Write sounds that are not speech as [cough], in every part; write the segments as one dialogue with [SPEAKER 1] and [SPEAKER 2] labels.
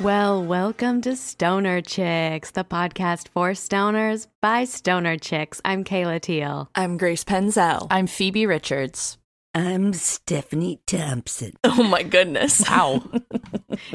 [SPEAKER 1] Well, welcome to Stoner Chicks, the podcast for stoners by stoner chicks. I'm Kayla Teal.
[SPEAKER 2] I'm Grace Penzel.
[SPEAKER 3] I'm Phoebe Richards.
[SPEAKER 4] I'm Stephanie Thompson.
[SPEAKER 2] Oh my goodness.
[SPEAKER 3] Wow.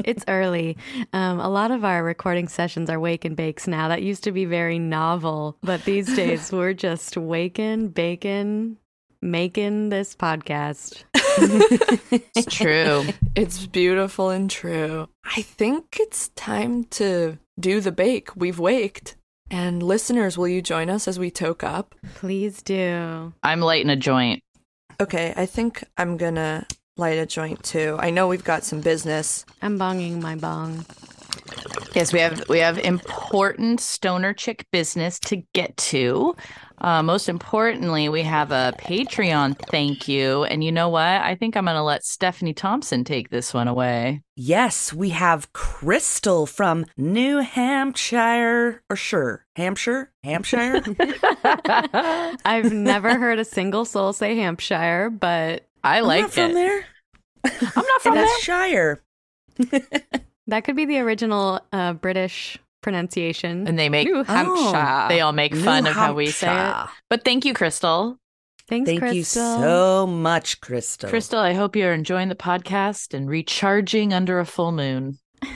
[SPEAKER 1] It's early. Um, a lot of our recording sessions are wake and bakes now. That used to be very novel, but these days we're just waking, baking, making this podcast.
[SPEAKER 3] It's true.
[SPEAKER 2] It's beautiful and true. I think it's time to do the bake. We've waked. And listeners, will you join us as we toke up?
[SPEAKER 1] Please do.
[SPEAKER 3] I'm lighting a joint.
[SPEAKER 2] Okay, I think I'm gonna light a joint too. I know we've got some business.
[SPEAKER 1] I'm bonging my bong.
[SPEAKER 3] Yes, we have we have important stoner chick business to get to. Uh, most importantly, we have a Patreon thank you. And you know what? I think I'm going to let Stephanie Thompson take this one away.
[SPEAKER 4] Yes, we have Crystal from New Hampshire, or sure, Hampshire, Hampshire.
[SPEAKER 1] I've never heard a single soul say Hampshire, but
[SPEAKER 3] I
[SPEAKER 4] I'm
[SPEAKER 3] like
[SPEAKER 4] not from
[SPEAKER 3] it.
[SPEAKER 4] there.
[SPEAKER 3] I'm not from
[SPEAKER 4] That's
[SPEAKER 3] there.
[SPEAKER 4] Shire.
[SPEAKER 1] that could be the original uh, British pronunciation.
[SPEAKER 3] And they make
[SPEAKER 1] New Hampshire.
[SPEAKER 3] they all make
[SPEAKER 4] New
[SPEAKER 3] fun of how we say it.
[SPEAKER 4] Hampshire.
[SPEAKER 3] But thank you, Crystal.
[SPEAKER 1] Thanks,
[SPEAKER 4] Thank
[SPEAKER 1] Crystal.
[SPEAKER 4] you so much, Crystal.
[SPEAKER 3] Crystal, I hope you're enjoying the podcast and recharging under a full moon.
[SPEAKER 1] [laughs]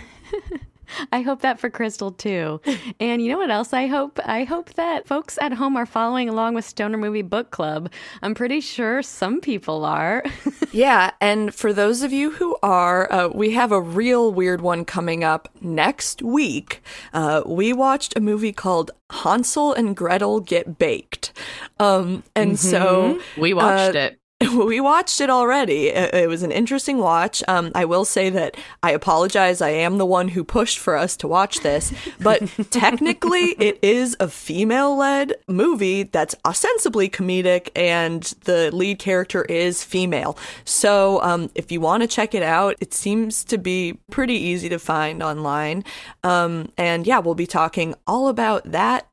[SPEAKER 1] I hope that for Crystal too.
[SPEAKER 4] [laughs]
[SPEAKER 1] And you know what else I hope? I hope that folks at home are following along with Stoner Movie Book Club. I'm pretty sure some people are.
[SPEAKER 2] [laughs]
[SPEAKER 1] [laughs]
[SPEAKER 2] Yeah, and for those of you who are, uh, we have a real weird one coming up next week. Uh, we watched a movie called Hansel and Gretel Get Baked. Um, and so
[SPEAKER 3] We watched
[SPEAKER 2] Uh,
[SPEAKER 3] it.
[SPEAKER 2] [laughs] we watched it already. It it was an interesting watch. Um, I will say that I apologize. I am the one who pushed for us to watch this, but technically, it is a female led movie that's ostensibly comedic, and the lead character is female. So um, if you want to check it out, it seems to be pretty easy to find online. Um, and yeah, we'll be talking all about that.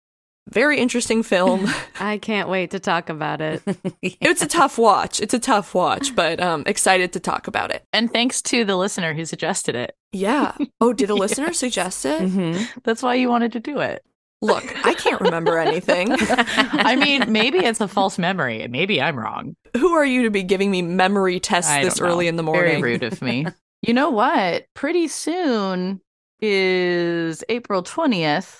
[SPEAKER 2] Very interesting film.
[SPEAKER 1] I can't wait to talk about
[SPEAKER 4] [laughs]
[SPEAKER 1] it.
[SPEAKER 2] It's a tough watch. It's a tough watch, but um excited to talk about it.
[SPEAKER 3] And thanks to the listener who suggested it.
[SPEAKER 2] Yeah. Oh, [laughs] did a listener suggest it?
[SPEAKER 4] Mhm.
[SPEAKER 3] That's why you wanted to do it.
[SPEAKER 2] Look, I can't remember [laughs] anything. [laughs]
[SPEAKER 3] I mean, maybe it's a false memory. Maybe I'm wrong.
[SPEAKER 2] Who are you to be giving me memory tests
[SPEAKER 3] I
[SPEAKER 2] this
[SPEAKER 3] don't know.
[SPEAKER 2] early in the
[SPEAKER 3] Very
[SPEAKER 2] morning?
[SPEAKER 3] rude
[SPEAKER 2] [laughs]
[SPEAKER 3] of me. You know what? Pretty soon is April 20th,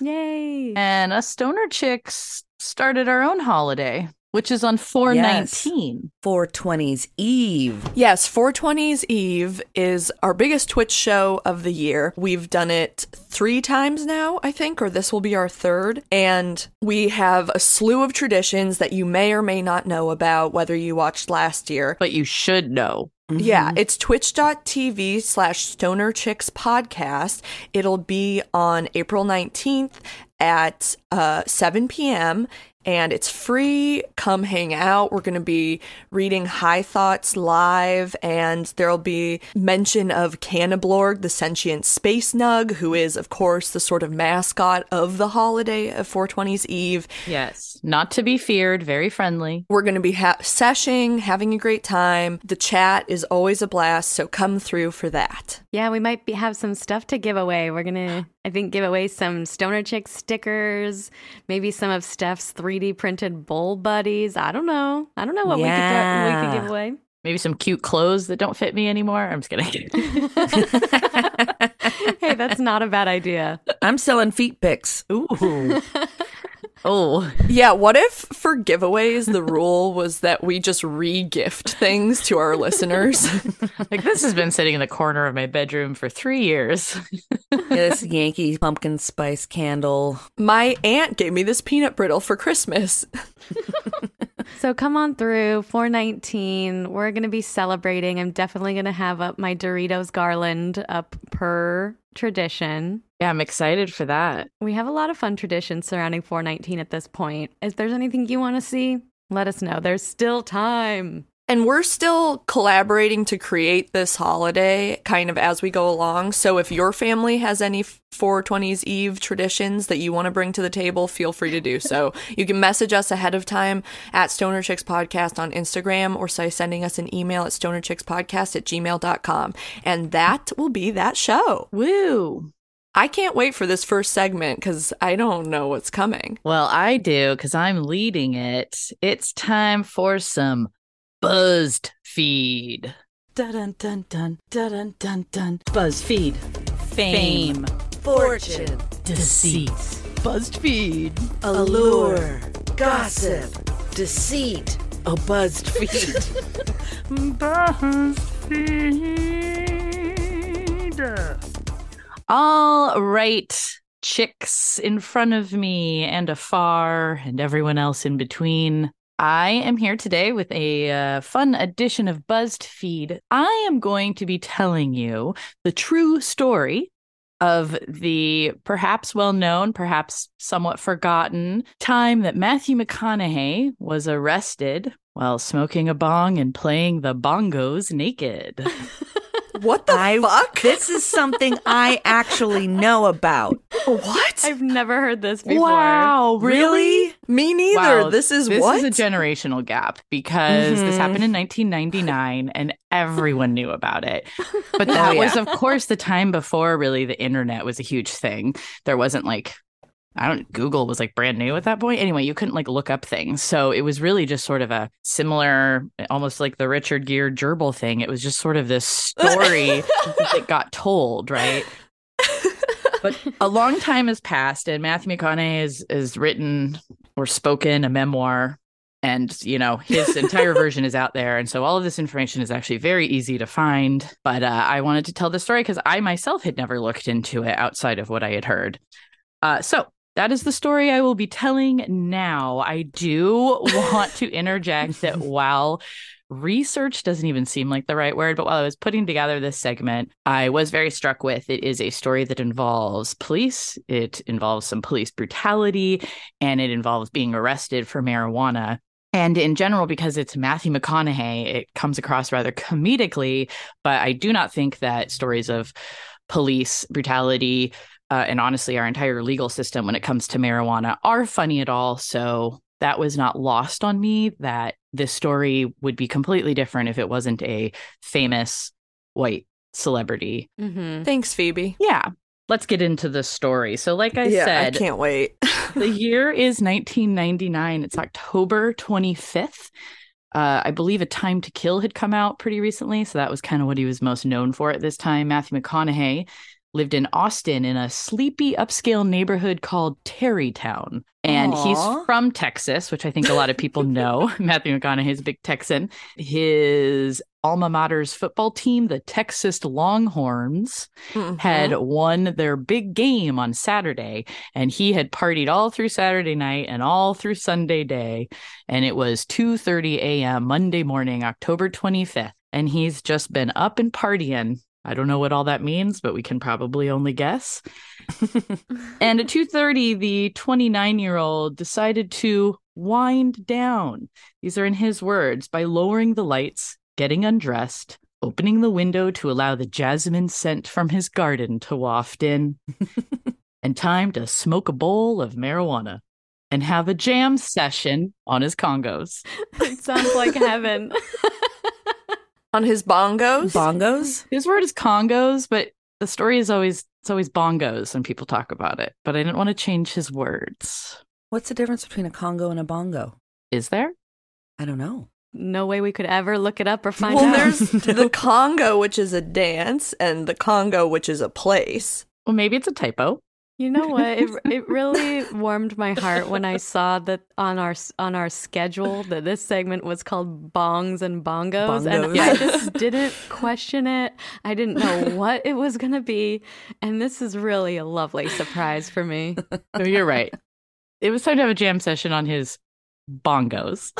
[SPEAKER 1] [laughs] Yay.
[SPEAKER 3] and us stoner chicks started our own holiday, which is on 419.
[SPEAKER 4] 420s Eve.
[SPEAKER 2] Yes, 420's Eve is our biggest Twitch show of the year. We've done it three times now, I think, or this will be our third. And we have a slew of traditions that you may or may not know about, whether you watched last year.
[SPEAKER 3] But you should know.
[SPEAKER 2] Yeah, it's twitch.tv slash stoner chicks podcast. It'll be on April 19th at uh, 7 p.m. And it's free. Come hang out. We're going to be reading High Thoughts live, and there'll be mention of Cannablorg, the sentient space nug, who is, of course, the sort of mascot of the holiday of 420's Eve.
[SPEAKER 3] Yes. Not to be feared, very friendly.
[SPEAKER 2] We're going to be ha- seshing, having a great time. The chat is always a blast, so come through for that.
[SPEAKER 1] Yeah, we might be, have some stuff to give away. We're going to, I think, give away some Stoner Chick stickers, maybe some of Steph's 3D printed bowl buddies. I don't know. I don't know what we, could
[SPEAKER 4] Yeah.
[SPEAKER 1] throw, we could give
[SPEAKER 4] [laughs]
[SPEAKER 1] away.
[SPEAKER 3] Maybe some cute clothes that don't fit me anymore. I'm just kidding.
[SPEAKER 2] [laughs]
[SPEAKER 1] hey, that's not a bad idea.
[SPEAKER 4] I'm selling feet pics.
[SPEAKER 3] Ooh. oh.
[SPEAKER 2] Yeah, what if for giveaways the rule was that we just re-gift things to our listeners? [laughs]
[SPEAKER 3] Like this has been sitting in the corner of my bedroom for three years.
[SPEAKER 4] this Yankee pumpkin spice candle.
[SPEAKER 2] My aunt gave me this peanut brittle for Christmas.
[SPEAKER 1] So come on through 419. We're going to be celebrating. I'm definitely going to have up my Doritos garland up per tradition.
[SPEAKER 3] Yeah, I'm excited for that.
[SPEAKER 1] We have a lot of fun traditions surrounding 419 at this point. If there's anything you want to see, let us know. There's still time.
[SPEAKER 2] And we're still collaborating to create this holiday kind of as we go along. So if your family has any 420s Eve traditions that you want to bring to the table, feel free to do so. you can message us ahead of time at Stoner Chicks Podcast on Instagram or by sending us an email at stonerchickspodcast at gmail.com. And that will be that show.
[SPEAKER 3] Woo.
[SPEAKER 2] I can't wait for this first segment because I don't know what's coming.
[SPEAKER 3] Well, I do because I'm leading it. It's time for some buzzed feed.
[SPEAKER 5] Dun dun dun dun dun dun dun. BuzzFeed.
[SPEAKER 3] Fame,
[SPEAKER 5] Fortune.
[SPEAKER 3] deceit, buzzed feed.
[SPEAKER 5] Allure. Gossip. Deceit. A
[SPEAKER 3] [laughs]
[SPEAKER 5] BuzzFeed.
[SPEAKER 3] All right, chicks in front of me and afar and everyone else in between. I am here today with a uh, fun edition of BuzzFeed. I am going to be telling you the true story of the perhaps well known, perhaps somewhat forgotten time that Matthew McConaughey was arrested while smoking a bong and playing the bongos naked.
[SPEAKER 2] What the
[SPEAKER 4] I-
[SPEAKER 2] fuck?
[SPEAKER 4] This is something I actually know about.
[SPEAKER 2] what?
[SPEAKER 1] I've never heard this before.
[SPEAKER 4] Really?
[SPEAKER 2] Me neither.
[SPEAKER 3] Wow,
[SPEAKER 2] this is
[SPEAKER 3] This
[SPEAKER 2] what?
[SPEAKER 3] is a generational gap because this
[SPEAKER 4] Mhm.
[SPEAKER 3] happened in 1999 and everyone knew about it. But that was, of course, the time before really the internet was a huge thing. There wasn't like, I don't, Google was like brand new at that point. Anyway, you couldn't like look up things. So it was really just sort of a similar, almost like the Richard Gere gerbil thing. It was just sort of this story that got told, right? But a long time has passed, and Matthew McConaughey has, has written or spoken a memoir and you know his entire version is out there and so all of this information is actually very easy to find but uh, i wanted to tell this story because i myself had never looked into it outside of what i had heard uh, so that is the story i will be telling now i do want to interject that while research doesn't even seem like the right word but while i was putting together this segment i was very struck with it is a story that involves police it involves some police brutality and it involves being arrested for marijuana and in general, because it's Matthew McConaughey, it comes across rather comedically. But I do not think that stories of police brutality uh, and honestly our entire legal system when it comes to marijuana are funny at all. So that was not lost on me that this story would be completely different if it wasn't a famous white celebrity.
[SPEAKER 1] Mm-hmm. [laughs]
[SPEAKER 2] Thanks, Phoebe.
[SPEAKER 3] Yeah. Let's get into the story. So, like I
[SPEAKER 2] yeah,
[SPEAKER 3] said,
[SPEAKER 2] I can't wait.
[SPEAKER 3] the year is 1999. It's October 25th. Uh, I believe A Time to Kill had come out pretty recently. So that was kind of what he was most known for at this time. Matthew McConaughey lived in Austin in a sleepy upscale neighborhood called Terrytown. And
[SPEAKER 4] Aw.
[SPEAKER 3] he's from Texas, which I think a lot of people know. Matthew McConaughey's a big Texan. His alma mater's football team, the Texas Longhorns,
[SPEAKER 2] Mm-hmm.
[SPEAKER 3] had won their big game on Saturday, and he had partied all through Saturday night and all through Sunday day, and it was 2:30 a.m. Monday morning, October 25th, and he's just been up and partying. I don't know what all that means, but we can probably only guess. and at 2:30, the 29-year-old decided to wind down. These are in his words by lowering the lights, getting undressed, opening the window to allow the jasmine scent from his garden to waft [laughs] in, and time to smoke a bowl of marijuana and have a jam session on his congos.
[SPEAKER 1] It sounds like heaven. [laughs]
[SPEAKER 2] On his bongos?
[SPEAKER 4] Bongos?
[SPEAKER 3] His word is congos, but the story is always it's always bongos when people talk about it. But I didn't want to change his words.
[SPEAKER 4] What's the difference between a Congo and a bongo?
[SPEAKER 3] Is there?
[SPEAKER 4] I don't know.
[SPEAKER 1] no way we could ever look it up or find
[SPEAKER 2] [laughs] well,
[SPEAKER 1] out. [laughs]
[SPEAKER 2] there's the Congo, which is a dance, and the Congo, which is a place.
[SPEAKER 3] Well, maybe it's a typo.
[SPEAKER 1] You know what? It it really warmed my heart when I saw that on our on our schedule that this segment was called Bongs and Bongos, and I
[SPEAKER 4] Bongos.
[SPEAKER 1] just didn't question it. I didn't know what it was going to be, and this is really a lovely surprise for me.
[SPEAKER 3] No, you're [laughs] right. It was time to have a jam session on his bongos.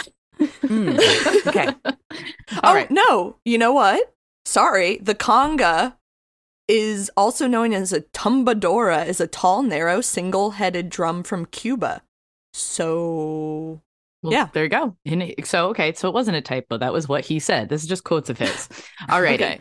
[SPEAKER 4] Hmm. [laughs]
[SPEAKER 3] [laughs]
[SPEAKER 4] Okay.
[SPEAKER 3] All
[SPEAKER 2] oh,
[SPEAKER 3] right.
[SPEAKER 2] no. You know what? Sorry. The conga is also known as a tumbadora, is a tall, narrow, single-headed drum from Cuba. So
[SPEAKER 3] Well,
[SPEAKER 2] Yeah.
[SPEAKER 3] there you go. And it- so, okay, so it wasn't a typo. That was what he said. This is just quotes of his. All righty.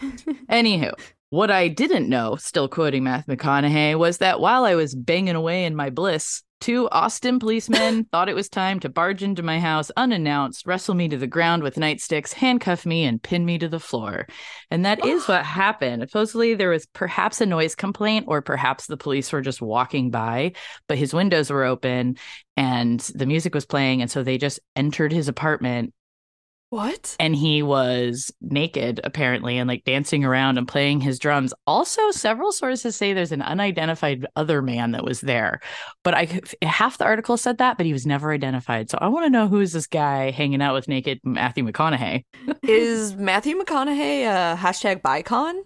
[SPEAKER 3] Anywho, what I didn't know, still quoting Math McConaughey, was that while I was banging away in my bliss, Two Austin policemen thought it was time to barge into my house unannounced, wrestle me to the ground with nightsticks, handcuff me, and pin me to the floor. And that is what happened. Supposedly, there was perhaps a noise complaint, or perhaps the police were just walking by, but his windows were open and the music was playing. And so they just entered his apartment
[SPEAKER 2] What?
[SPEAKER 3] and he was naked apparently and like dancing around and playing his drums also several sources say there's an unidentified other man that was there but i could- half the article said that but he was never identified so i want to know who is this guy hanging out with naked matthew mcconaughey
[SPEAKER 2] Is Matthew McConaughey uh, hashtag bicon?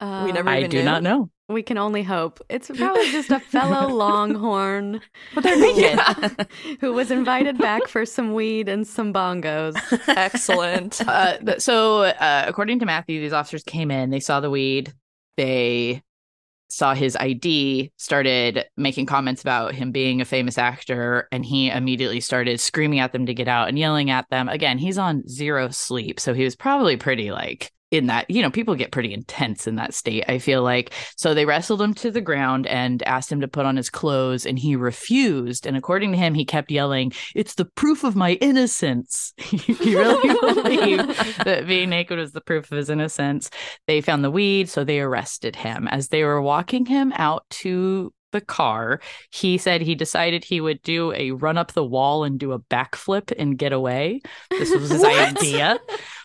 [SPEAKER 1] Uh,
[SPEAKER 2] we never
[SPEAKER 3] i
[SPEAKER 2] even
[SPEAKER 3] do
[SPEAKER 2] knew.
[SPEAKER 3] not know
[SPEAKER 2] [laughs]
[SPEAKER 1] We can only hope. It's probably just a fellow longhorn
[SPEAKER 3] but they're naked
[SPEAKER 1] [laughs] who was invited back for some weed and some bongos.
[SPEAKER 3] [laughs]
[SPEAKER 2] Excellent.
[SPEAKER 3] uh, th- so uh, according to Matthew, these officers came in, they saw the weed, they saw his ID, started making comments about him being a famous actor, and he immediately started screaming at them to get out and yelling at them. Again, he's on zero sleep, so he was probably pretty like in that you know people get pretty intense in that state i feel like so they wrestled him to the ground and asked him to put on his clothes and he refused and according to him he kept yelling it's the proof of my innocence [laughs] he
[SPEAKER 1] [laughs]
[SPEAKER 3] really believed [laughs] that being naked was the proof of his innocence. They found the weed, so they arrested him. As they were walking him out to the car, he said he decided he would do a run up the wall and do a backflip and get away. This was his idea.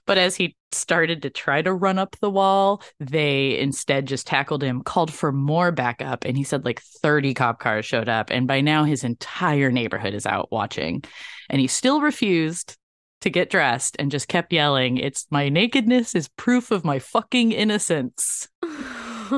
[SPEAKER 3] But as he started to try to run up the wall, they instead just tackled him, called for more backup. And he said like 30 cop cars showed up. And by now, his entire neighborhood is out watching. And he still refused to get dressed and just kept yelling, It's my nakedness is proof of my fucking innocence.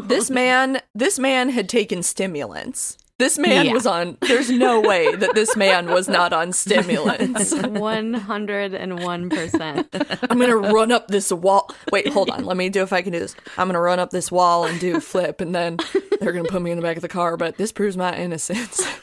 [SPEAKER 2] this man, this man had taken stimulants. This man
[SPEAKER 3] Yeah.
[SPEAKER 2] was on. There's no way that this man was not on
[SPEAKER 3] [laughs]
[SPEAKER 2] stimulants.
[SPEAKER 1] 101%.
[SPEAKER 2] I'm gonna run up this wall. Wait, hold on. Let me do if I can do this. I'm gonna run up this wall and do a flip, and then they're gonna put me in the back of the car. But this proves my innocence. [laughs]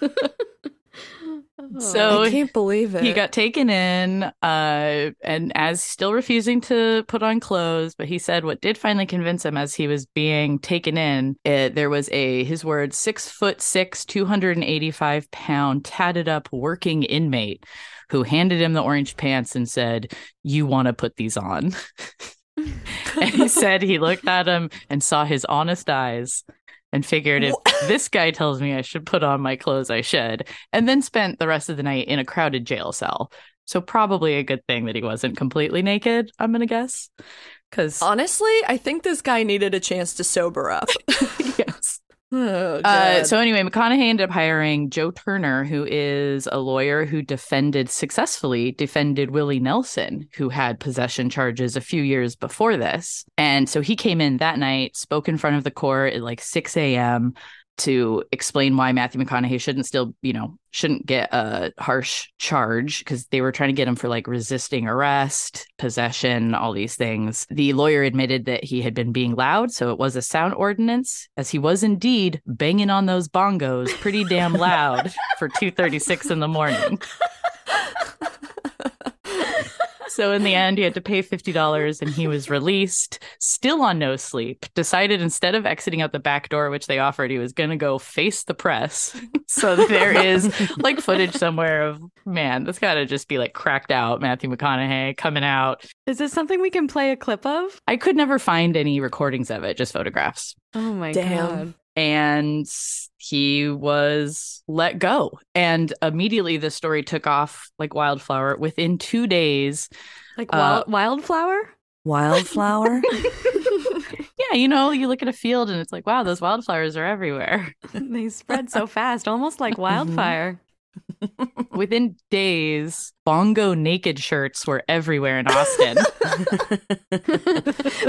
[SPEAKER 2] I
[SPEAKER 3] So
[SPEAKER 2] can't believe it.
[SPEAKER 3] Oh, he got taken in, uh, and as still refusing to put on clothes, but he said what did finally convince him as he was being taken in, uh there was a, his words, six foot six, 285 pound, tatted up working inmate who handed him the orange pants and said, You want to put these on. [laughs] and he said he looked at him and saw his honest eyes and
[SPEAKER 2] [laughs]
[SPEAKER 3] figured if this guy tells me I should put on my clothes, I should. And then spent the rest of the night in a crowded jail cell. So probably a good thing that he wasn't completely naked, I'm gonna guess. Cause
[SPEAKER 2] Honestly, I think this guy needed a chance to sober up.
[SPEAKER 3] [laughs]
[SPEAKER 2] [laughs]
[SPEAKER 3] yes.
[SPEAKER 2] Oh,
[SPEAKER 3] Uh,
[SPEAKER 2] God.
[SPEAKER 3] so anyway, McConaughey ended up hiring Joe Turner, who is a lawyer who defended successfully defended Willie Nelson, who had possession charges a few years before this. And so he came in that night, spoke in front of the court at like 6 a.m. to explain why Matthew McConaughey shouldn't still, you know, shouldn't get a harsh charge because they were trying to get him for like resisting arrest, possession, all these things. The lawyer admitted that he had been being loud, so it was a sound ordinance, as he was indeed banging on those bongos pretty damn loud for 2:36 in the morning. So in the end, he had to pay $50 and he was released, still on no sleep. Decided instead of exiting out the back door, which they offered, he was going to go face the press. [laughs] so there is like footage somewhere of, man, this got to just be like cracked out Matthew McConaughey coming out.
[SPEAKER 1] Is this something we can play a clip of?
[SPEAKER 3] I could never find any recordings of it, just photographs
[SPEAKER 1] Oh my
[SPEAKER 2] Damn.
[SPEAKER 1] god.
[SPEAKER 3] and he was let go. And immediately the story took off like wildflower. Within two days,
[SPEAKER 1] Like
[SPEAKER 3] Uh,
[SPEAKER 1] wild,
[SPEAKER 3] [laughs]
[SPEAKER 1] wildflower?
[SPEAKER 4] Wildflower?
[SPEAKER 3] yeah, you know, you look at a field and it's like, wow, those wildflowers are everywhere.
[SPEAKER 1] They spread so fast, almost
[SPEAKER 3] Mm-hmm.
[SPEAKER 1] like
[SPEAKER 3] [laughs]
[SPEAKER 1] wildfire.
[SPEAKER 3] Within days, bongo naked shirts were everywhere in Austin.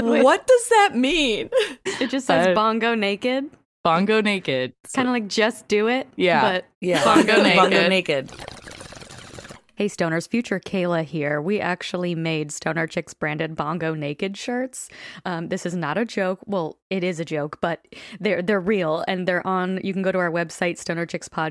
[SPEAKER 1] Wait,
[SPEAKER 2] what does that mean?
[SPEAKER 1] It just says
[SPEAKER 3] Uh,
[SPEAKER 1] bongo naked.
[SPEAKER 3] bongo naked.
[SPEAKER 1] It's kind of like just do it.
[SPEAKER 3] Yeah.
[SPEAKER 1] But
[SPEAKER 4] [laughs] yeah.
[SPEAKER 3] Bongo
[SPEAKER 4] [laughs] Bongo
[SPEAKER 3] naked.
[SPEAKER 4] naked.
[SPEAKER 1] Hey Stoners, future Kayla here. We actually made Stoner Chicks branded Bongo Naked shirts. Um, this is not a joke. Well, it is a joke, but they're they're real and they're on you can go to our website,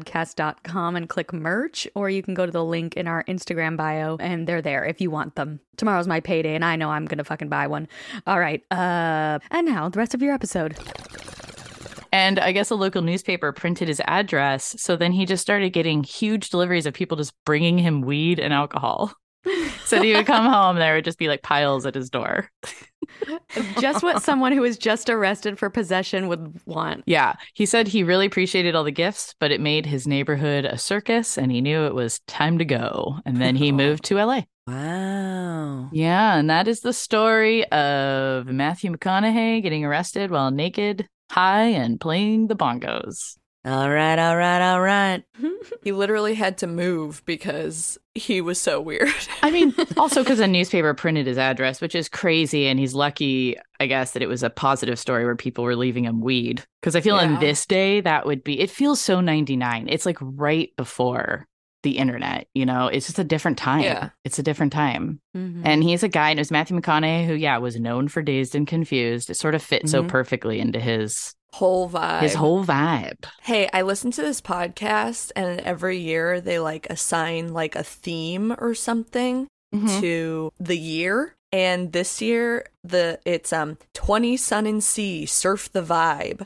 [SPEAKER 1] stonerchickspodcast.com and click merch, or you can go to the link in our Instagram bio and they're there if you want them. Tomorrow's my payday and I know I'm gonna fucking buy one. All right, uh and now the rest of your episode.
[SPEAKER 3] And I guess a local newspaper printed his address. So then he just started getting huge deliveries of people just bringing him weed and alcohol. [laughs] So he would come home, there would just be like piles at his door.
[SPEAKER 1] just
[SPEAKER 3] [laughs]
[SPEAKER 1] what someone who was just arrested for possession would want.
[SPEAKER 3] Yeah. He said he really appreciated all the gifts, but it made his neighborhood a circus and he knew it was time to go. And then he moved to LA.
[SPEAKER 4] Wow.
[SPEAKER 3] Yeah, and that is the story of Matthew McConaughey getting arrested while naked, high, and playing the bongos.
[SPEAKER 4] All right, all right, all right.
[SPEAKER 2] He literally had to move because he was so weird. [laughs]
[SPEAKER 3] I mean, also because a newspaper printed his address, which is crazy. And he's lucky, I guess, that it was a positive story where people were leaving him weed. Because I feel on
[SPEAKER 2] Yeah.
[SPEAKER 3] this day, that would be, it feels so 99. It's like right before the internet, you know, it's just a different time.
[SPEAKER 2] Yeah. Mm-hmm.
[SPEAKER 3] It's a different time.
[SPEAKER 1] Mhm.
[SPEAKER 3] And he's a guy, and it was Matthew McConaughey who, yeah, was known for Dazed and Confused. It sort of fit so
[SPEAKER 2] Mm-hmm.
[SPEAKER 4] Mhm.
[SPEAKER 3] perfectly into his
[SPEAKER 2] Whole vibe.
[SPEAKER 3] his whole vibe.
[SPEAKER 2] Hey, I listen to this podcast, and every year they like assign like a theme or something
[SPEAKER 3] Mm-hmm.
[SPEAKER 2] to the year. And this year, the it's um twenty sun and sea surf the
[SPEAKER 3] [laughs]
[SPEAKER 2] vibe,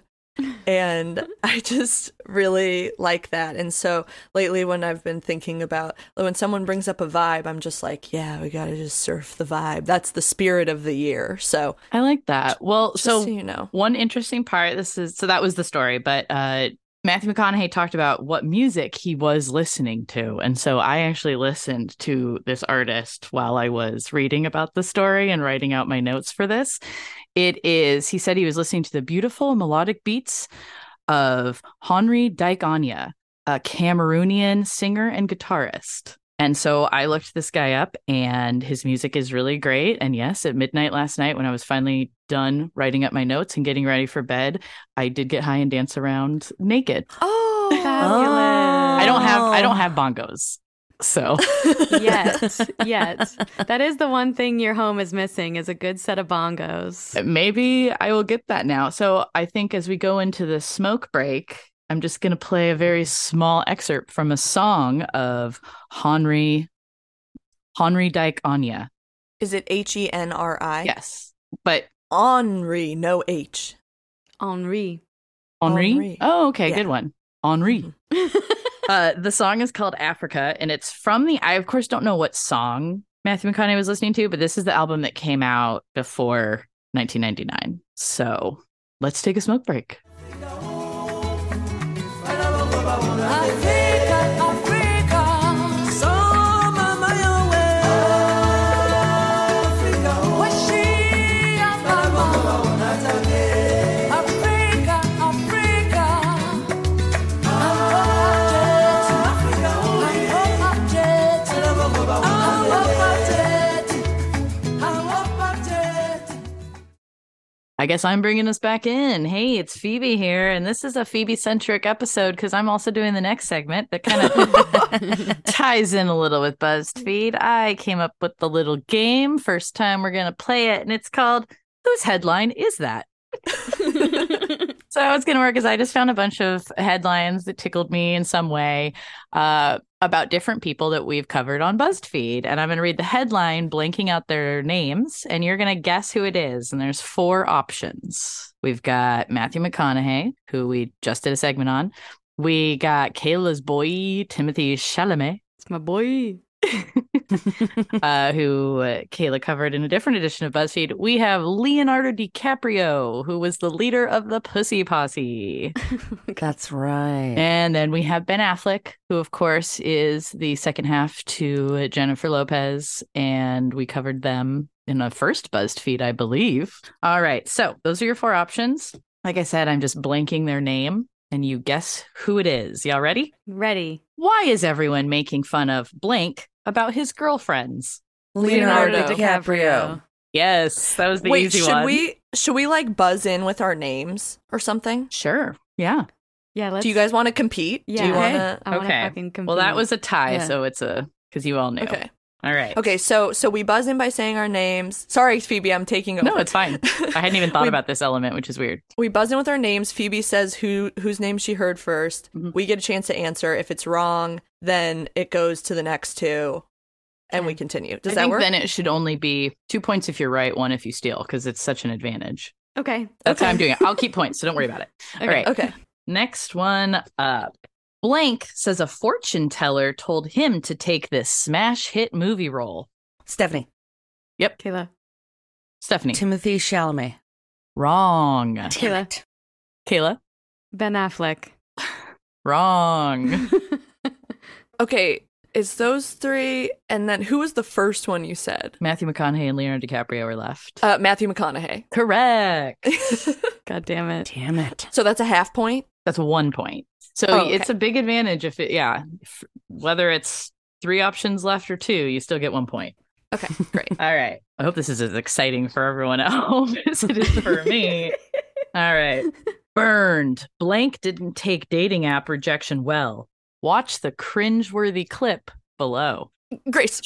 [SPEAKER 2] and I just really like that. And so lately, when I've been thinking about when someone brings up a vibe, I'm just like, yeah, we gotta just surf the vibe. That's the spirit of the year. So
[SPEAKER 3] I like that. Well,
[SPEAKER 2] just
[SPEAKER 3] so
[SPEAKER 2] so you know,
[SPEAKER 3] one interesting part this is so that was the story, but uh Matthew McConaughey talked about what music he was listening to. And so I actually listened to this artist while I was reading about the story and writing out my notes for this. It is, he said he was listening to the beautiful melodic beats of Henri Daikanya, a Cameroonian singer and guitarist. And so I looked this guy up, and his music is really great. And yes, at midnight last night, when I was finally done writing up my notes and getting ready for bed, I did get high and dance around naked.
[SPEAKER 2] oh,
[SPEAKER 1] Fabulous.
[SPEAKER 3] I don't have I don't have bongos, so [laughs]
[SPEAKER 1] yet, yet. That is the one thing your home is missing is a good set of bongos.
[SPEAKER 3] maybe I will get that now. So I think as we go into the smoke break, I'm just going to play a very small excerpt from a song of Henri Henri Dyke Anya.
[SPEAKER 2] is it H E N R I?
[SPEAKER 3] Yes, but
[SPEAKER 2] Henri, no H.
[SPEAKER 1] Henri.
[SPEAKER 3] Henri.
[SPEAKER 2] Henri.
[SPEAKER 3] Oh, okay,
[SPEAKER 2] Yeah. Mm-hmm.
[SPEAKER 3] good one. Henri. Uh, the song is called Africa, and it's from the. I of course don't know what song Matthew McConaughey was listening to, but this is the album that came out before 1999. So let's take a smoke break. I guess I'm bringing us back in. Hey, it's Phoebe here, and this is a Phoebe centric episode because I'm also doing the next segment that kind of [laughs] ties in a little with BuzzFeed. I came up with the little game. First time we're going to play it, and it's called Whose Headline Is That? So how it's going to work is I just found a bunch of headlines that tickled me in some way uh, about different people that we've covered on BuzzFeed. And I'm going to read the headline, blanking out their names, and you're going to guess who it is. And there's four options. We've got Matthew McConaughey, who we just did a segment on. We got Kayla's boy, Timothy Chalamet,
[SPEAKER 1] it's my boy.
[SPEAKER 3] uh, who uh, Kayla covered in a different edition of BuzzFeed. We have Leonardo DiCaprio, who was the leader of the Pussy Posse.
[SPEAKER 4] That's right.
[SPEAKER 3] And then we have Ben Affleck, who, of course, is the second half to Jennifer Lopez. And we covered them in a first BuzzFeed, I believe. All right. So those are your four options. Like I said, I'm just blanking their name and you guess who it is. Y'all ready?
[SPEAKER 1] Ready.
[SPEAKER 3] Why is everyone making fun of blank about his girlfriends?
[SPEAKER 2] Leonardo
[SPEAKER 4] DiCaprio.
[SPEAKER 3] Yes, that was the
[SPEAKER 2] Wait,
[SPEAKER 3] easy
[SPEAKER 2] should
[SPEAKER 3] one.
[SPEAKER 2] we should we like buzz in with our names or something?
[SPEAKER 3] Sure. Yeah.
[SPEAKER 1] Yeah, let's
[SPEAKER 2] Do you guys want to compete?
[SPEAKER 1] yeah.
[SPEAKER 2] Do you
[SPEAKER 1] Okay.
[SPEAKER 2] wanna
[SPEAKER 1] I wanna
[SPEAKER 3] Okay.
[SPEAKER 1] fucking compete.
[SPEAKER 3] Well, that was a tie.
[SPEAKER 4] Yeah.
[SPEAKER 3] So it's a because you all knew.
[SPEAKER 2] Okay.
[SPEAKER 3] All right.
[SPEAKER 2] Okay, so so we buzz in by saying our names. Sorry, Phoebe, I'm taking over. [laughs]
[SPEAKER 3] No, it's fine. I hadn't even thought
[SPEAKER 2] We-
[SPEAKER 3] about this element, which is weird.
[SPEAKER 2] We buzz in with our names. Phoebe says who whose name she heard 1st
[SPEAKER 3] Mhm.
[SPEAKER 2] We get a chance to answer. If it's wrong, then it goes to the next two and we continue. Does
[SPEAKER 3] I
[SPEAKER 2] that
[SPEAKER 3] think
[SPEAKER 2] work?
[SPEAKER 3] Then it should only be two points if you're right, one if you steal, because it's such an advantage.
[SPEAKER 1] Okay.
[SPEAKER 3] That's how I'm doing it.
[SPEAKER 2] [laughs]
[SPEAKER 3] I'll keep points, so don't worry about it. All right.
[SPEAKER 2] Okay.
[SPEAKER 3] Next one up. Blank says a fortune teller told him to take this smash hit movie role.
[SPEAKER 4] Stephanie.
[SPEAKER 1] Kayla.
[SPEAKER 3] Stephanie.
[SPEAKER 4] Timothy Chalamet.
[SPEAKER 3] wrong.
[SPEAKER 1] Kayla.
[SPEAKER 3] Kayla.
[SPEAKER 1] Ben Affleck.
[SPEAKER 3] Wrong.
[SPEAKER 2] [laughs] Okay. It's those three, and then who was the first one you said?
[SPEAKER 3] Matthew McConaughey and Leonardo DiCaprio are left.
[SPEAKER 2] Uh, Matthew McConaughey. [laughs]
[SPEAKER 3] Correct.
[SPEAKER 1] God damn it.
[SPEAKER 4] Damn it.
[SPEAKER 2] so that's a half point.
[SPEAKER 3] That's one point. So
[SPEAKER 2] Oh, okay.
[SPEAKER 3] it's a big advantage if it, yeah, if- whether it's three options left or two, you still get one point.
[SPEAKER 2] Okay, great.
[SPEAKER 3] [laughs] All right. I hope this is as exciting for everyone at [laughs] home as it is for
[SPEAKER 2] [laughs]
[SPEAKER 3] me. All right. Burned. Blank didn't take dating app rejection well. Watch the cringeworthy clip below.
[SPEAKER 2] Grace.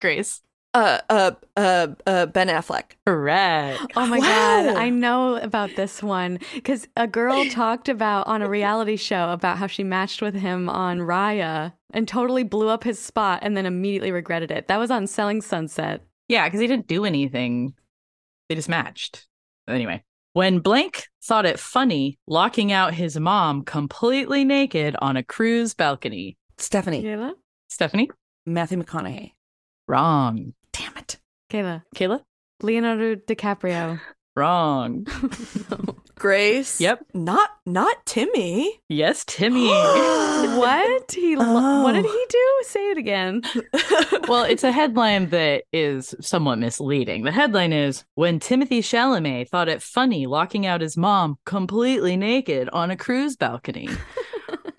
[SPEAKER 3] Grace.
[SPEAKER 2] Uh, uh, uh, uh, Ben Affleck.
[SPEAKER 3] Correct.
[SPEAKER 1] Oh my God.
[SPEAKER 2] Wow.
[SPEAKER 1] I know about this one because a girl talked about on a reality show about how she matched with him on Raya and totally blew up his spot and then immediately regretted it. That was on Selling Sunset.
[SPEAKER 3] Yeah, because he didn't do anything. They just matched. Anyway, when Blank thought it funny locking out his mom completely naked on a cruise balcony.
[SPEAKER 4] Stephanie.
[SPEAKER 1] Kayla?
[SPEAKER 3] Stephanie?
[SPEAKER 4] Matthew McConaughey.
[SPEAKER 3] Wrong.
[SPEAKER 4] Damn it.
[SPEAKER 1] Kayla.
[SPEAKER 3] Kayla?
[SPEAKER 1] Leonardo DiCaprio.
[SPEAKER 3] Wrong.
[SPEAKER 2] Grace.
[SPEAKER 3] Yep.
[SPEAKER 2] Not not Timmy.
[SPEAKER 3] Yes, Timmy.
[SPEAKER 2] [gasps]
[SPEAKER 3] [laughs]
[SPEAKER 1] what? He lo- What did
[SPEAKER 4] Oh.
[SPEAKER 1] he do? Say it again.
[SPEAKER 3] well, it's a headline that is somewhat misleading. The headline is When Timothy Chalamet thought it funny locking out his mom completely naked on a
[SPEAKER 2] [laughs]
[SPEAKER 3] cruise balcony.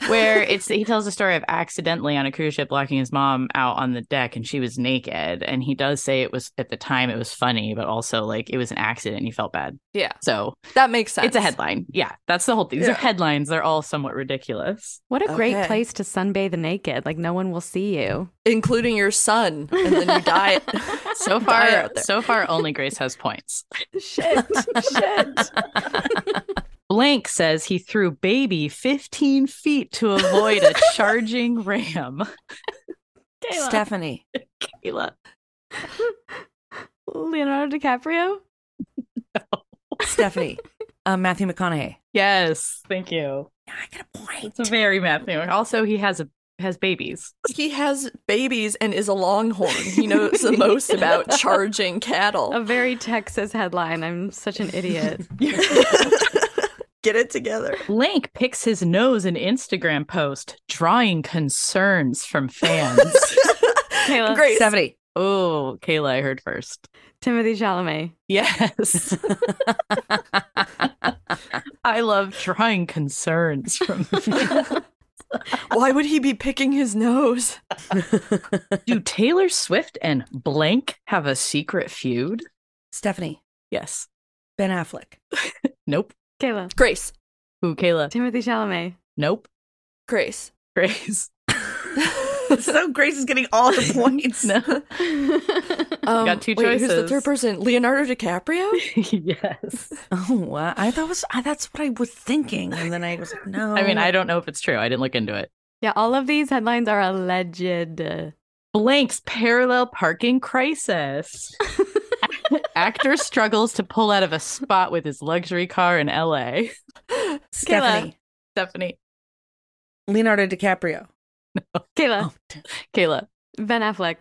[SPEAKER 3] Where it's he tells the story of accidentally on a cruise ship locking his mom out on the deck and she was naked. And he does say it was at the time it was funny, but also like it was an accident and he felt bad.
[SPEAKER 2] Yeah.
[SPEAKER 3] So
[SPEAKER 2] That makes sense.
[SPEAKER 3] it's a headline. Yeah. That's the whole thing. These are
[SPEAKER 2] Yeah.
[SPEAKER 3] headlines. They're all somewhat ridiculous.
[SPEAKER 1] What a great
[SPEAKER 2] Okay.
[SPEAKER 1] place to sunbathe naked. Like, no one will see you.
[SPEAKER 2] Including your son. And then you die.
[SPEAKER 3] So
[SPEAKER 2] Die
[SPEAKER 3] far
[SPEAKER 2] out there.
[SPEAKER 3] so far only Grace has points.
[SPEAKER 1] Shit. [laughs] Shit.
[SPEAKER 3] Blank says he threw baby 15 feet to avoid a charging ram.
[SPEAKER 1] Kayla.
[SPEAKER 4] [laughs] Stephanie.
[SPEAKER 3] Kayla.
[SPEAKER 1] Leonardo DiCaprio?
[SPEAKER 4] Stephanie. Uh, Matthew McConaughey.
[SPEAKER 3] Yes, thank you.
[SPEAKER 4] Yeah, I get a point.
[SPEAKER 3] It's a very Matthew. Also, he has a has babies.
[SPEAKER 2] he has babies and is a longhorn. He knows the most about charging
[SPEAKER 1] A
[SPEAKER 2] cattle.
[SPEAKER 1] very Texas headline. I'm such an idiot.
[SPEAKER 2] Get it together.
[SPEAKER 3] Blank picks his nose in Instagram post, drawing concerns from [laughs] fans.
[SPEAKER 1] Kayla.
[SPEAKER 2] Grace.
[SPEAKER 4] Stephanie.
[SPEAKER 3] oh, Kayla, I heard first.
[SPEAKER 1] Timothy Chalamet.
[SPEAKER 3] [laughs] Yes. I love drawing concerns from [laughs] fans.
[SPEAKER 2] Why would he be picking his nose?
[SPEAKER 3] Do Taylor Swift and Blank have a secret feud?
[SPEAKER 4] Stephanie.
[SPEAKER 3] Yes.
[SPEAKER 4] Ben Affleck.
[SPEAKER 3] Nope.
[SPEAKER 1] Kayla.
[SPEAKER 2] Grace.
[SPEAKER 3] Who, Kayla?
[SPEAKER 1] Timothy Chalamet.
[SPEAKER 3] Nope. [laughs]
[SPEAKER 2] Grace.
[SPEAKER 1] [laughs]
[SPEAKER 3] Grace.
[SPEAKER 4] [laughs] so Grace is getting all [laughs] the points.
[SPEAKER 3] No.
[SPEAKER 2] [laughs] Um,
[SPEAKER 3] got two
[SPEAKER 2] wait, Who's the
[SPEAKER 3] choices.
[SPEAKER 2] third person? Leonardo DiCaprio?
[SPEAKER 3] [laughs]
[SPEAKER 1] [laughs]
[SPEAKER 3] yes.
[SPEAKER 4] Oh, wow. I thought was I, that's what I was thinking, and then I was like, no.
[SPEAKER 3] I
[SPEAKER 1] Oh.
[SPEAKER 3] mean, I don't know if it's true. I didn't look into it.
[SPEAKER 1] Yeah, all of these headlines are alleged.
[SPEAKER 3] Blank's parallel parking
[SPEAKER 1] [laughs]
[SPEAKER 3] crisis. Actor struggles to pull out of a spot with his luxury car in LA.
[SPEAKER 4] Stephanie,
[SPEAKER 3] Stephanie,
[SPEAKER 4] Leonardo DiCaprio.
[SPEAKER 1] Kayla.
[SPEAKER 3] Kayla. [laughs]
[SPEAKER 1] Ben Affleck.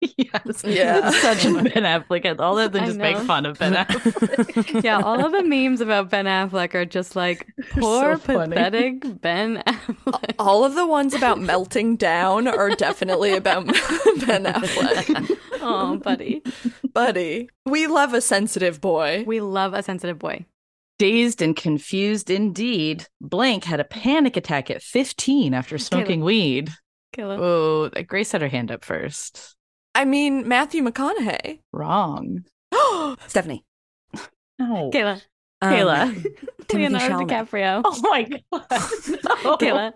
[SPEAKER 3] yes.
[SPEAKER 2] Yeah.
[SPEAKER 3] Such a Ben Affleck. and All of them
[SPEAKER 1] I
[SPEAKER 3] just make
[SPEAKER 1] know.
[SPEAKER 3] fun
[SPEAKER 1] [laughs]
[SPEAKER 3] of Ben Affleck.
[SPEAKER 1] Yeah, all
[SPEAKER 3] [laughs]
[SPEAKER 1] of the memes about Ben Affleck are just like poor,
[SPEAKER 3] so funny.
[SPEAKER 1] pathetic Ben Affleck.
[SPEAKER 2] All of the ones about melting down are definitely about [laughs] Ben
[SPEAKER 3] [laughs]
[SPEAKER 2] Affleck.
[SPEAKER 1] Oh, buddy.
[SPEAKER 2] Buddy, we love a sensitive boy.
[SPEAKER 1] We love a sensitive boy.
[SPEAKER 3] Dazed and confused indeed, Blank had a panic attack at 15 after smoking weed.
[SPEAKER 1] Kayla.
[SPEAKER 3] Oh, Grace had her hand up first.
[SPEAKER 2] I mean, Matthew McConaughey. [gasps]
[SPEAKER 3] Wrong.
[SPEAKER 4] Stephanie.
[SPEAKER 3] No. [laughs]
[SPEAKER 1] Kayla.
[SPEAKER 4] Um,
[SPEAKER 3] Kayla.
[SPEAKER 4] Timothy
[SPEAKER 1] [laughs] Leonardo
[SPEAKER 2] [laughs]
[SPEAKER 4] Chalamet.
[SPEAKER 1] DiCaprio.
[SPEAKER 3] Oh my God. No.
[SPEAKER 1] Kayla.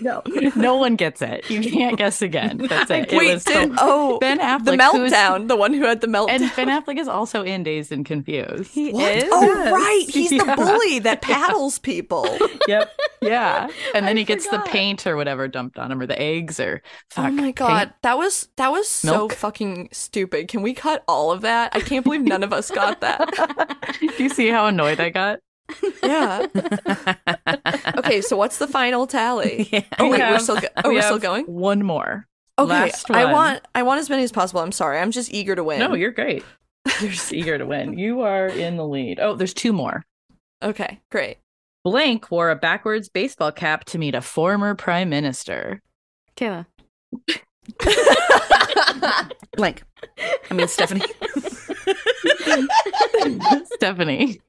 [SPEAKER 3] No, no one gets it. You can't
[SPEAKER 2] [laughs]
[SPEAKER 3] guess again. That's it. it
[SPEAKER 2] Wait,
[SPEAKER 3] was so-
[SPEAKER 2] did oh
[SPEAKER 3] Ben Affleck,
[SPEAKER 2] the
[SPEAKER 3] who's-
[SPEAKER 2] meltdown, the one who had the meltdown.
[SPEAKER 3] and Ben Affleck is also in Dazed and Confused.
[SPEAKER 1] He
[SPEAKER 2] What?
[SPEAKER 1] is.
[SPEAKER 2] Oh right, he's
[SPEAKER 3] [laughs] Yeah.
[SPEAKER 2] the bully that paddles people.
[SPEAKER 4] Yep.
[SPEAKER 3] Yeah, and then
[SPEAKER 2] I
[SPEAKER 3] he gets the
[SPEAKER 2] forgot.
[SPEAKER 3] paint or whatever dumped on him, or the eggs, or fuck.
[SPEAKER 2] oh my
[SPEAKER 3] paint.
[SPEAKER 2] god, that was that was so
[SPEAKER 3] Milk.
[SPEAKER 2] fucking stupid. Can we cut all of that? I can't believe none of us got
[SPEAKER 3] [laughs]
[SPEAKER 2] that.
[SPEAKER 3] [laughs] Do you see how annoyed I got?
[SPEAKER 2] [laughs] yeah. Okay, so what's the final
[SPEAKER 3] [laughs]
[SPEAKER 2] tally?
[SPEAKER 4] Yeah.
[SPEAKER 2] Oh wait,
[SPEAKER 3] We
[SPEAKER 2] we're
[SPEAKER 3] have-
[SPEAKER 2] still go- oh
[SPEAKER 3] we
[SPEAKER 2] we're still
[SPEAKER 3] have
[SPEAKER 2] going.
[SPEAKER 3] One more.
[SPEAKER 2] Okay,
[SPEAKER 3] last
[SPEAKER 2] I
[SPEAKER 3] one.
[SPEAKER 2] want I want as many as possible. I'm sorry, I'm just eager to win. [laughs]
[SPEAKER 3] No, you're great. You're just eager to win. You are in the lead. Oh, there's two more.
[SPEAKER 2] okay, great.
[SPEAKER 3] Blank wore a backwards baseball cap to meet a former prime minister.
[SPEAKER 1] [laughs] Kayla.
[SPEAKER 4] Blank. I mean, Stephanie.
[SPEAKER 3] [laughs] Stephanie.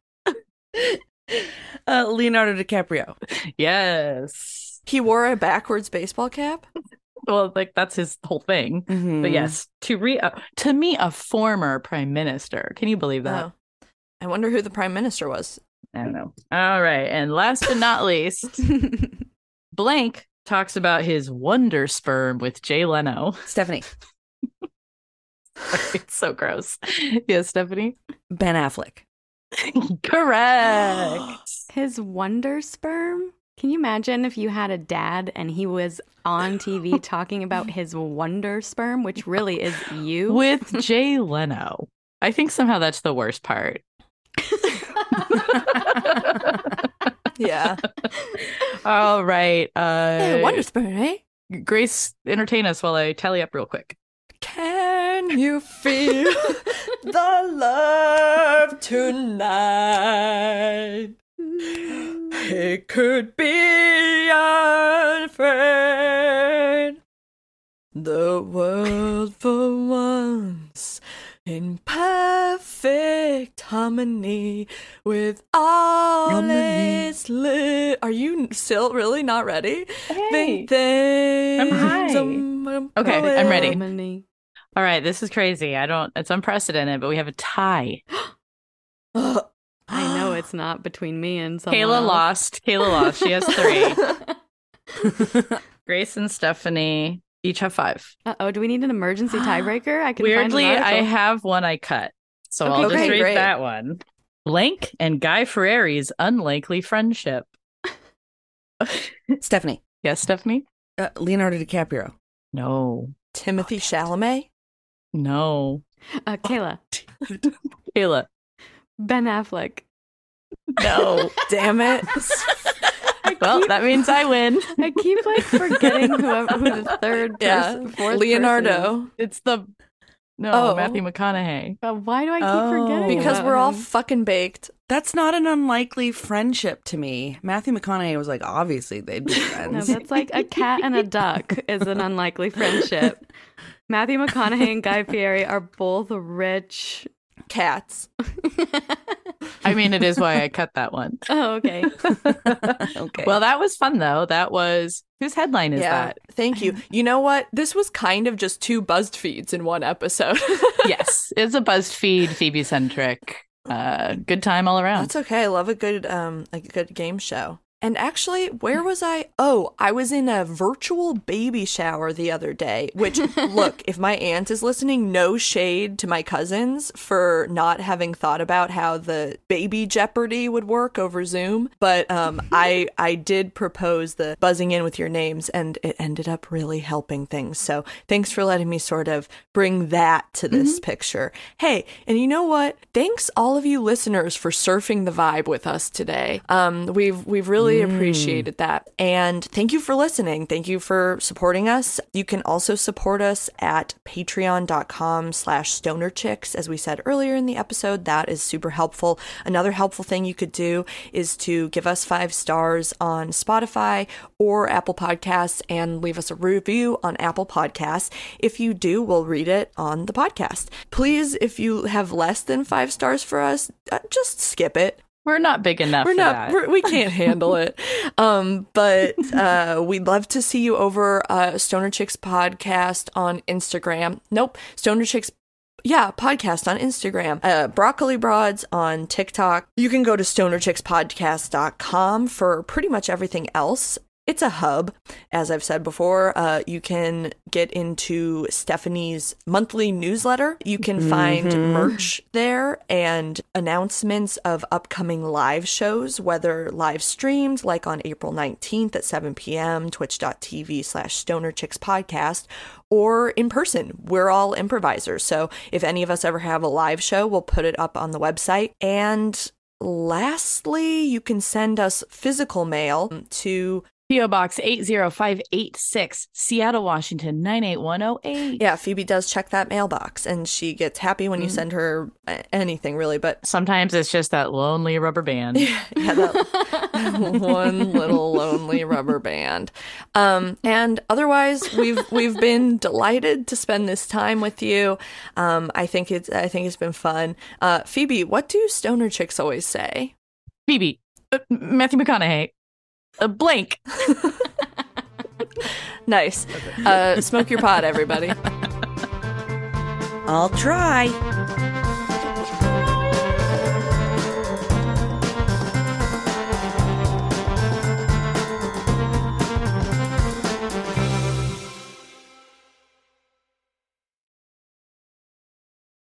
[SPEAKER 4] Uh, Leonardo DiCaprio.
[SPEAKER 3] Yes.
[SPEAKER 2] He wore a backwards baseball cap.
[SPEAKER 3] Well, like that's his whole thing.
[SPEAKER 4] Mm-hmm.
[SPEAKER 3] But
[SPEAKER 4] Mm.
[SPEAKER 3] yes, to re uh, to me a former prime minister. Can you believe that?
[SPEAKER 2] Oh. I wonder who the prime minister was.
[SPEAKER 3] I don't know. All right, and last but not least, Blank talks about his wonder sperm with Jay Leno.
[SPEAKER 4] [laughs]
[SPEAKER 3] [laughs]
[SPEAKER 4] Stephanie.
[SPEAKER 3] It's so gross. Yes, Stephanie.
[SPEAKER 4] Ben Affleck.
[SPEAKER 3] Correct.
[SPEAKER 1] His wonder sperm? Can you imagine if you had a dad and he was on
[SPEAKER 3] [laughs]
[SPEAKER 1] TV talking about his wonder sperm, which really is you? [laughs]
[SPEAKER 3] [laughs] with Jay Leno. I think somehow that's the worst part.
[SPEAKER 2] Yeah.
[SPEAKER 3] [laughs] All right. Uh,
[SPEAKER 2] hey, wonder spoon, eh?
[SPEAKER 3] Grace, entertain us while I tally up real quick.
[SPEAKER 2] Can you feel [laughs] the love tonight? It could be unfair. The world for once in perfect harmony with all
[SPEAKER 4] Harmony.
[SPEAKER 2] its li- Are you still really not ready? Big
[SPEAKER 3] I'm
[SPEAKER 2] things,
[SPEAKER 3] high.
[SPEAKER 2] um,
[SPEAKER 3] Okay, I'm ready.
[SPEAKER 1] Harmony.
[SPEAKER 3] All right. This is crazy. I don't, it's unprecedented, but we have a tie.
[SPEAKER 2] [gasps]
[SPEAKER 1] I
[SPEAKER 3] [gasps]
[SPEAKER 1] [gasps] know it's not between me and someone.
[SPEAKER 3] Kayla
[SPEAKER 1] else.
[SPEAKER 3] lost. Kayla lost. She has three. Grace and Stephanie each have five.
[SPEAKER 1] Uh-oh, do we need an
[SPEAKER 3] [gasps]
[SPEAKER 1] emergency tiebreaker? I can
[SPEAKER 3] Weirdly,
[SPEAKER 1] find an
[SPEAKER 3] I
[SPEAKER 1] article.
[SPEAKER 3] have one I cut. So
[SPEAKER 2] Okay,
[SPEAKER 3] I'll just
[SPEAKER 2] okay,
[SPEAKER 3] read
[SPEAKER 2] great.
[SPEAKER 3] that one. Blank and Guy Ferrari's unlikely friendship.
[SPEAKER 4] Stephanie.
[SPEAKER 3] Yes, Stephanie?
[SPEAKER 4] Uh, Leonardo DiCaprio.
[SPEAKER 3] No.
[SPEAKER 2] Timothy Chalamet.
[SPEAKER 3] No.
[SPEAKER 1] uh, Kayla,
[SPEAKER 3] Kayla.
[SPEAKER 1] Ben Affleck.
[SPEAKER 3] No.
[SPEAKER 2] [laughs] Damn it.
[SPEAKER 3] well, that means [laughs] I win.
[SPEAKER 1] I keep like forgetting who, who the third
[SPEAKER 2] yeah.
[SPEAKER 1] person, fourth person is.
[SPEAKER 2] Leonardo.
[SPEAKER 3] It's the no
[SPEAKER 2] Oh.
[SPEAKER 3] Matthew McConaughey.
[SPEAKER 1] But why do I keep forgetting?
[SPEAKER 4] Oh.
[SPEAKER 2] Because
[SPEAKER 1] about
[SPEAKER 2] we're all
[SPEAKER 1] him?
[SPEAKER 2] fucking baked.
[SPEAKER 4] That's not an unlikely friendship to me. Matthew McConaughey was like, obviously
[SPEAKER 3] [laughs]
[SPEAKER 4] they'd be
[SPEAKER 1] No,
[SPEAKER 4] friends.
[SPEAKER 1] that's like a cat and a duck is an unlikely friendship. Matthew McConaughey and Guy Fieri are both rich.
[SPEAKER 2] Cats.
[SPEAKER 3] I mean, it is why I cut that [laughs] one.
[SPEAKER 1] Oh, okay.
[SPEAKER 4] [laughs] okay.
[SPEAKER 3] Well, that was fun though. That was whose headline is that?
[SPEAKER 2] Thank you. You know what? This was kind of just two BuzzFeeds in one episode. [laughs]
[SPEAKER 3] yes, it's a BuzzFeed Phoebe centric. Uh, good time all around.
[SPEAKER 2] That's okay. I love a good um a good game show. And actually, where was I? Oh, I was in a virtual baby shower the other day, which look, if my aunt is listening, no shade to my cousins for not having thought about how the baby jeopardy would work over Zoom, but um I I did propose the buzzing in with your names and it ended up really helping things. So, thanks for letting me sort of bring that to this picture. Hey, and you know what? Thanks all of you listeners for surfing the vibe with us today. Um, we've we've really appreciated that, and thank you for listening. Thank you for supporting us. You can also support us at Patreon.com/slash um, Stoner Chicks, as we said earlier in the episode. That is super helpful. Another helpful thing you could do is to give us five stars on Spotify or Apple Podcasts and leave us a review on Apple Podcasts. If you do, we'll read it on the podcast. Please, if you have less than five stars for us, uh, just skip it.
[SPEAKER 3] We're not big enough
[SPEAKER 2] We're
[SPEAKER 3] for
[SPEAKER 2] not.
[SPEAKER 3] that.
[SPEAKER 2] We're, we can't handle it. [laughs] Um, but uh, we'd love to see you over uh, Stoner Chicks podcast on Instagram. Nope, Stoner Chicks. Yeah, podcast on Instagram, uh, Broccoli Broads on TikTok. You can go to stonerchickspodcast.com for pretty much everything else. It's a hub. As I've said before, uh, you can get into Stephanie's monthly newsletter. You can find merch there and announcements of upcoming live shows, whether live streamed, like on April 19th at 7 p.m., twitch.tv slash stoner chicks podcast, or in person. We're all improvisers. So if any of us ever have a live show, we'll put it up on the website. And lastly, you can send us physical mail to
[SPEAKER 3] PO Box 80586, Seattle, Washington 98108.
[SPEAKER 2] yeah, Phoebe does check that mailbox and she gets happy when you send her a- anything really, but
[SPEAKER 3] Sometimes it's just that lonely rubber band.
[SPEAKER 2] [laughs]
[SPEAKER 3] [laughs]
[SPEAKER 2] yeah, that [laughs] one little lonely rubber band. Um, and otherwise, we've we've been delighted to spend this time with you. Um, I think it's I think it's been fun. Uh, Phoebe, what do stoner chicks always say?
[SPEAKER 3] Phoebe, uh, Matthew McConaughey, uh, blank.
[SPEAKER 2] Nice. Uh, smoke your pot, everybody.
[SPEAKER 4] I'll try.